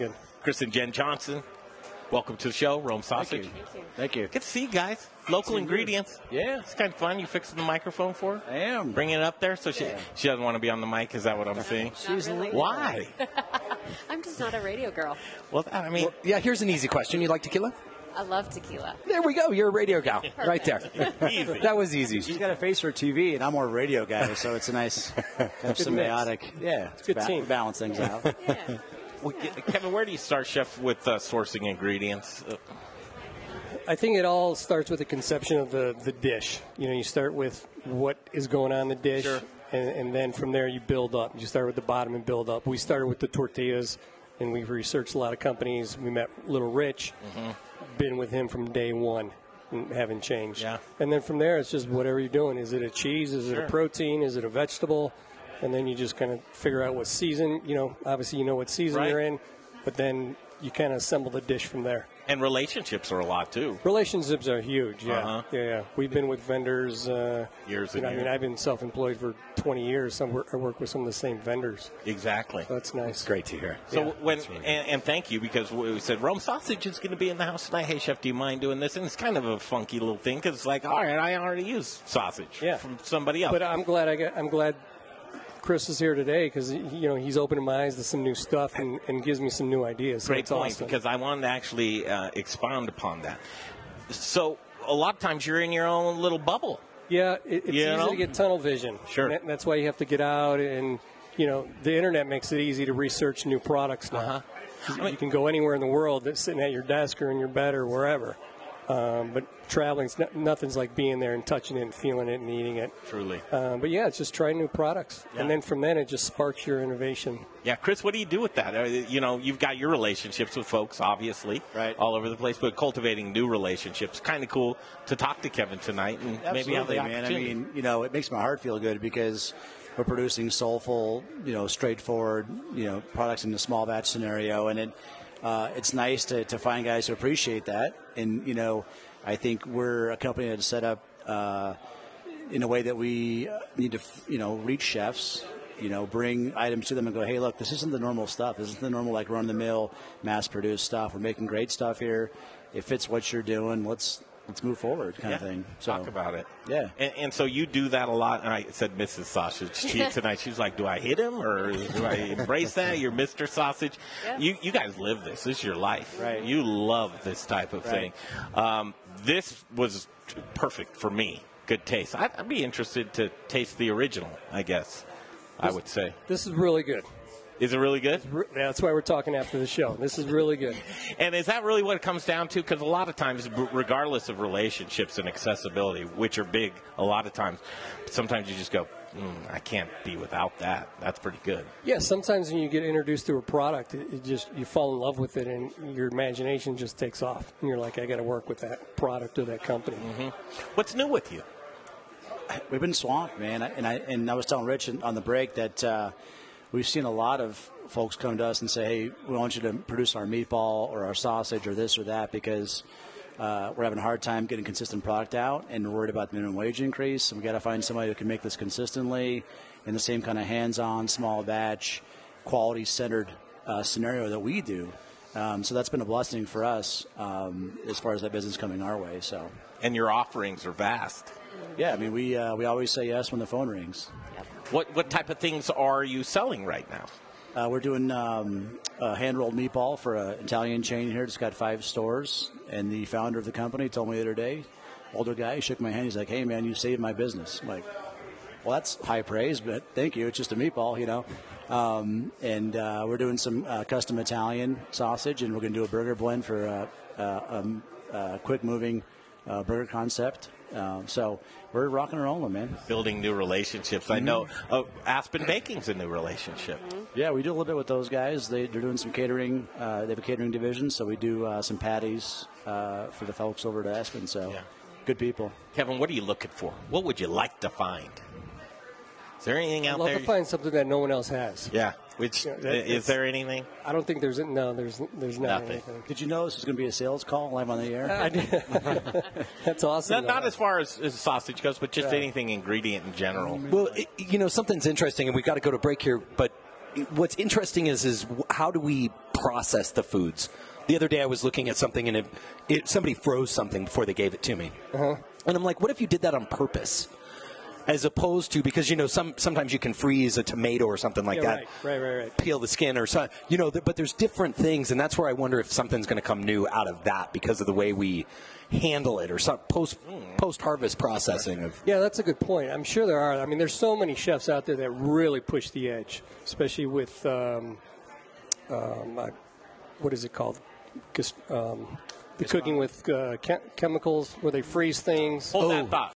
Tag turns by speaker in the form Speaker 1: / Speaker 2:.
Speaker 1: and Chris and Jen Johnson. Welcome to the show, Rome Sausage.
Speaker 2: Thank you.
Speaker 1: Good to see you guys. Local ingredients.
Speaker 2: Yeah,
Speaker 1: It's kind of fun. You fixing the microphone for her?
Speaker 2: I am.
Speaker 1: Bringing it up there so she she doesn't want to be on the mic. Is that what I'm seeing?
Speaker 3: She's really.
Speaker 1: Why?
Speaker 3: I'm just not a radio girl.
Speaker 1: Well, I mean,
Speaker 2: Well, yeah, here's an easy question. You like tequila?
Speaker 3: I love tequila.
Speaker 2: There we go. You're a radio gal. Right there.
Speaker 1: Easy.
Speaker 2: That was easy.
Speaker 4: She's got a face for TV, and I'm more radio guy, so it's a nice kind of symbiotic. Yeah, it's
Speaker 2: good team.
Speaker 4: Balance things out.
Speaker 3: Yeah.
Speaker 1: well, Kevin, where do you start, Chef, with uh, sourcing ingredients? Uh,
Speaker 5: I think it all starts with the conception of the, the dish. You know, you start with what is going on in the dish,
Speaker 1: Sure.
Speaker 5: and, and then from there you build up. You start with the bottom and build up. We started with the tortillas, and we researched a lot of companies. We met Little Rich, been with him from day one, and haven't changed.
Speaker 1: Mm-hmm. Yeah.
Speaker 5: And then from there, it's just whatever you're doing. Is it a cheese? Is it a protein? Is it a vegetable? And then you just kind of figure out what season. You know, obviously you know what season
Speaker 1: Right.
Speaker 5: you're in, but then you kind of assemble the dish from there.
Speaker 1: and relationships are a lot, too.
Speaker 5: Relationships are huge. Yeah,
Speaker 1: Uh-huh.
Speaker 5: yeah, yeah. We've been with vendors uh,
Speaker 1: Years
Speaker 5: You
Speaker 1: and
Speaker 5: know, I mean,
Speaker 1: years.
Speaker 5: I've been self-employed for 20 years. Some work, I work with some of the same vendors.
Speaker 1: Exactly.
Speaker 5: That's nice.
Speaker 2: It's great to hear.
Speaker 1: So when and, and thank you because we said Rome sausage is going to be in the house tonight. Hey chef, do you mind doing this? And it's kind of a funky little thing because it's like, all right, I already use sausage
Speaker 5: Yeah.
Speaker 1: from somebody else.
Speaker 5: But
Speaker 4: uh,
Speaker 5: I'm glad I got. I'm glad Chris is here today because you know he's opening my eyes to some new stuff and, and gives me some new ideas. So
Speaker 1: Great
Speaker 5: it's
Speaker 1: point
Speaker 5: awesome.
Speaker 1: because I wanted to actually uh, expound upon that. So a lot of times you're in your own little bubble.
Speaker 5: Yeah, it, it's
Speaker 1: You
Speaker 5: easy
Speaker 1: know?
Speaker 5: to get tunnel vision.
Speaker 1: Sure.
Speaker 5: And that- that's why you have to get out and, you know, the internet makes it easy to research new products now.
Speaker 1: Uh-huh.
Speaker 5: You,
Speaker 1: I mean-
Speaker 5: you can go anywhere in the world that's sitting at your desk or in your bed or wherever. Um, but traveling's no, nothing's like being there and touching it and feeling it and eating it.
Speaker 1: Truly.
Speaker 4: Uh,
Speaker 5: Um, but yeah, it's just trying new products. And then from then, it just sparks your innovation.
Speaker 1: Yeah, Chris, what do you do with that? Uh, You know, you've got your relationships with folks, obviously,
Speaker 4: Right.
Speaker 1: all over the place, but cultivating new relationships. Kind of cool to talk to Kevin tonight and maybe have the
Speaker 4: Absolutely, man. I
Speaker 1: opportunity.
Speaker 4: mean, you know, it makes my heart feel good because we're producing soulful, you know, straightforward, you know, products in the small batch scenario, and it uh, it's nice to, to find guys who appreciate that. And you know, I think we're a company that's set up uh, in a way that we uh, need to, you know, reach chefs. You know, bring items to them and go, hey, look, this isn't the normal stuff. This isn't the normal, like, run of the mill, mass produced stuff. We're making great stuff here. It fits what you're doing. Let's let's move forward, kind of
Speaker 1: Yeah,
Speaker 4: thing.
Speaker 1: Talk about it.
Speaker 4: Yeah.
Speaker 1: And, and so you do that a lot. And I said Mrs. Sausage to you tonight. She's like, do I hit him or do I embrace that? You're Mr. Sausage.
Speaker 3: Yeah.
Speaker 1: You, you guys live this. This is your life.
Speaker 4: Right.
Speaker 1: You love this type of
Speaker 4: Right.
Speaker 1: thing. Um, this was t- perfect for me. Good taste. I'd, I'd be interested to taste the original, I guess. I would say.
Speaker 5: This is really good.
Speaker 1: Is it really good?
Speaker 5: Re- That's why we're talking after the show. This is really good.
Speaker 1: And is that really what it comes down to? Because a lot of times, b- regardless of relationships and accessibility, which are big, a lot of times, sometimes you just go, mm, I can't be without that. That's pretty good.
Speaker 5: Yeah, sometimes when you get introduced to a product, it, it just you fall in love with it, and your imagination just takes off, and you're like, I got to work with that product or that company.
Speaker 1: What's new with you?
Speaker 4: We've been swamped, man. I- And I and I was telling Rich in- on the break that uh, we've seen a lot of folks come to us and say, "Hey, we want you to produce our meatball or our sausage or this or that," because uh, we're having a hard time getting consistent product out, and we're worried about the minimum wage increase. And we got to find somebody who can make this consistently in the same kind of hands-on, small batch, quality-centered uh, scenario that we do. Um, so that's been a blessing for us um, as far as that business coming our way. So.
Speaker 1: And your offerings are vast.
Speaker 4: Yeah, I mean, we uh, we always say yes when the phone rings.
Speaker 1: What what type of things are you selling right now?
Speaker 4: Uh, we're doing um, a hand rolled meatball for an Italian chain here. It's got five stores, and the founder of the company told me the other day, older guy, he shook my hand. He's like, "Hey, man, you saved my business." I'm like, well, that's high praise, but thank you. It's just a meatball, you know. Um, and uh, we're doing some uh, custom Italian sausage, and we're going to do a burger blend for a uh, uh, um, uh, quick moving uh, burger concept. Um, so we're rocking and rolling, man.
Speaker 1: Building new relationships. I know uh, Aspen Baking's a new relationship.
Speaker 4: Yeah, we do a little bit with those guys. They, they're doing some catering. Uh, they have a catering division, so we do uh, some patties uh, for the folks over at Aspen. So,
Speaker 1: Yeah.
Speaker 4: good people.
Speaker 1: Kevin, what are you looking for? What would you like to find? Is there anything
Speaker 5: I
Speaker 1: out
Speaker 5: love
Speaker 1: there?
Speaker 5: to find something that no one else has.
Speaker 1: yeah. Which
Speaker 5: Yeah, that-
Speaker 1: is there anything?
Speaker 5: I don't think there's no, there's there's not
Speaker 1: Nothing.
Speaker 5: anything.
Speaker 4: Did you know this is going to be a sales call live on the air?
Speaker 5: I did. That's awesome.
Speaker 1: Not,
Speaker 5: though.
Speaker 1: not as far as, as sausage goes, but just anything ingredient in general.
Speaker 6: Mm-hmm.
Speaker 2: Well, it, you know, something's interesting, and we got to go to break here, but
Speaker 6: what's interesting is is w- how do we process the foods? The other day I was looking at something and it, it somebody froze something before they gave it to me,
Speaker 5: Uh-huh.
Speaker 6: and I'm like, what if you did that on purpose? As opposed to because you know some sometimes you can freeze a tomato or something like
Speaker 5: Yeah,
Speaker 6: that,
Speaker 5: right, right, right, right.
Speaker 6: peel the skin or so you know. Th- but there's different things, and that's where I wonder if something's going to come new out of that because of the way we handle it or some post post harvest processing of
Speaker 5: Yeah, that's a good point. I'm sure there are. I mean, there's so many chefs out there that really push the edge, especially with um, um, uh, what is it called? Gus- Um, the cooking with uh, che- chemicals where they freeze things.
Speaker 1: Hold that thought.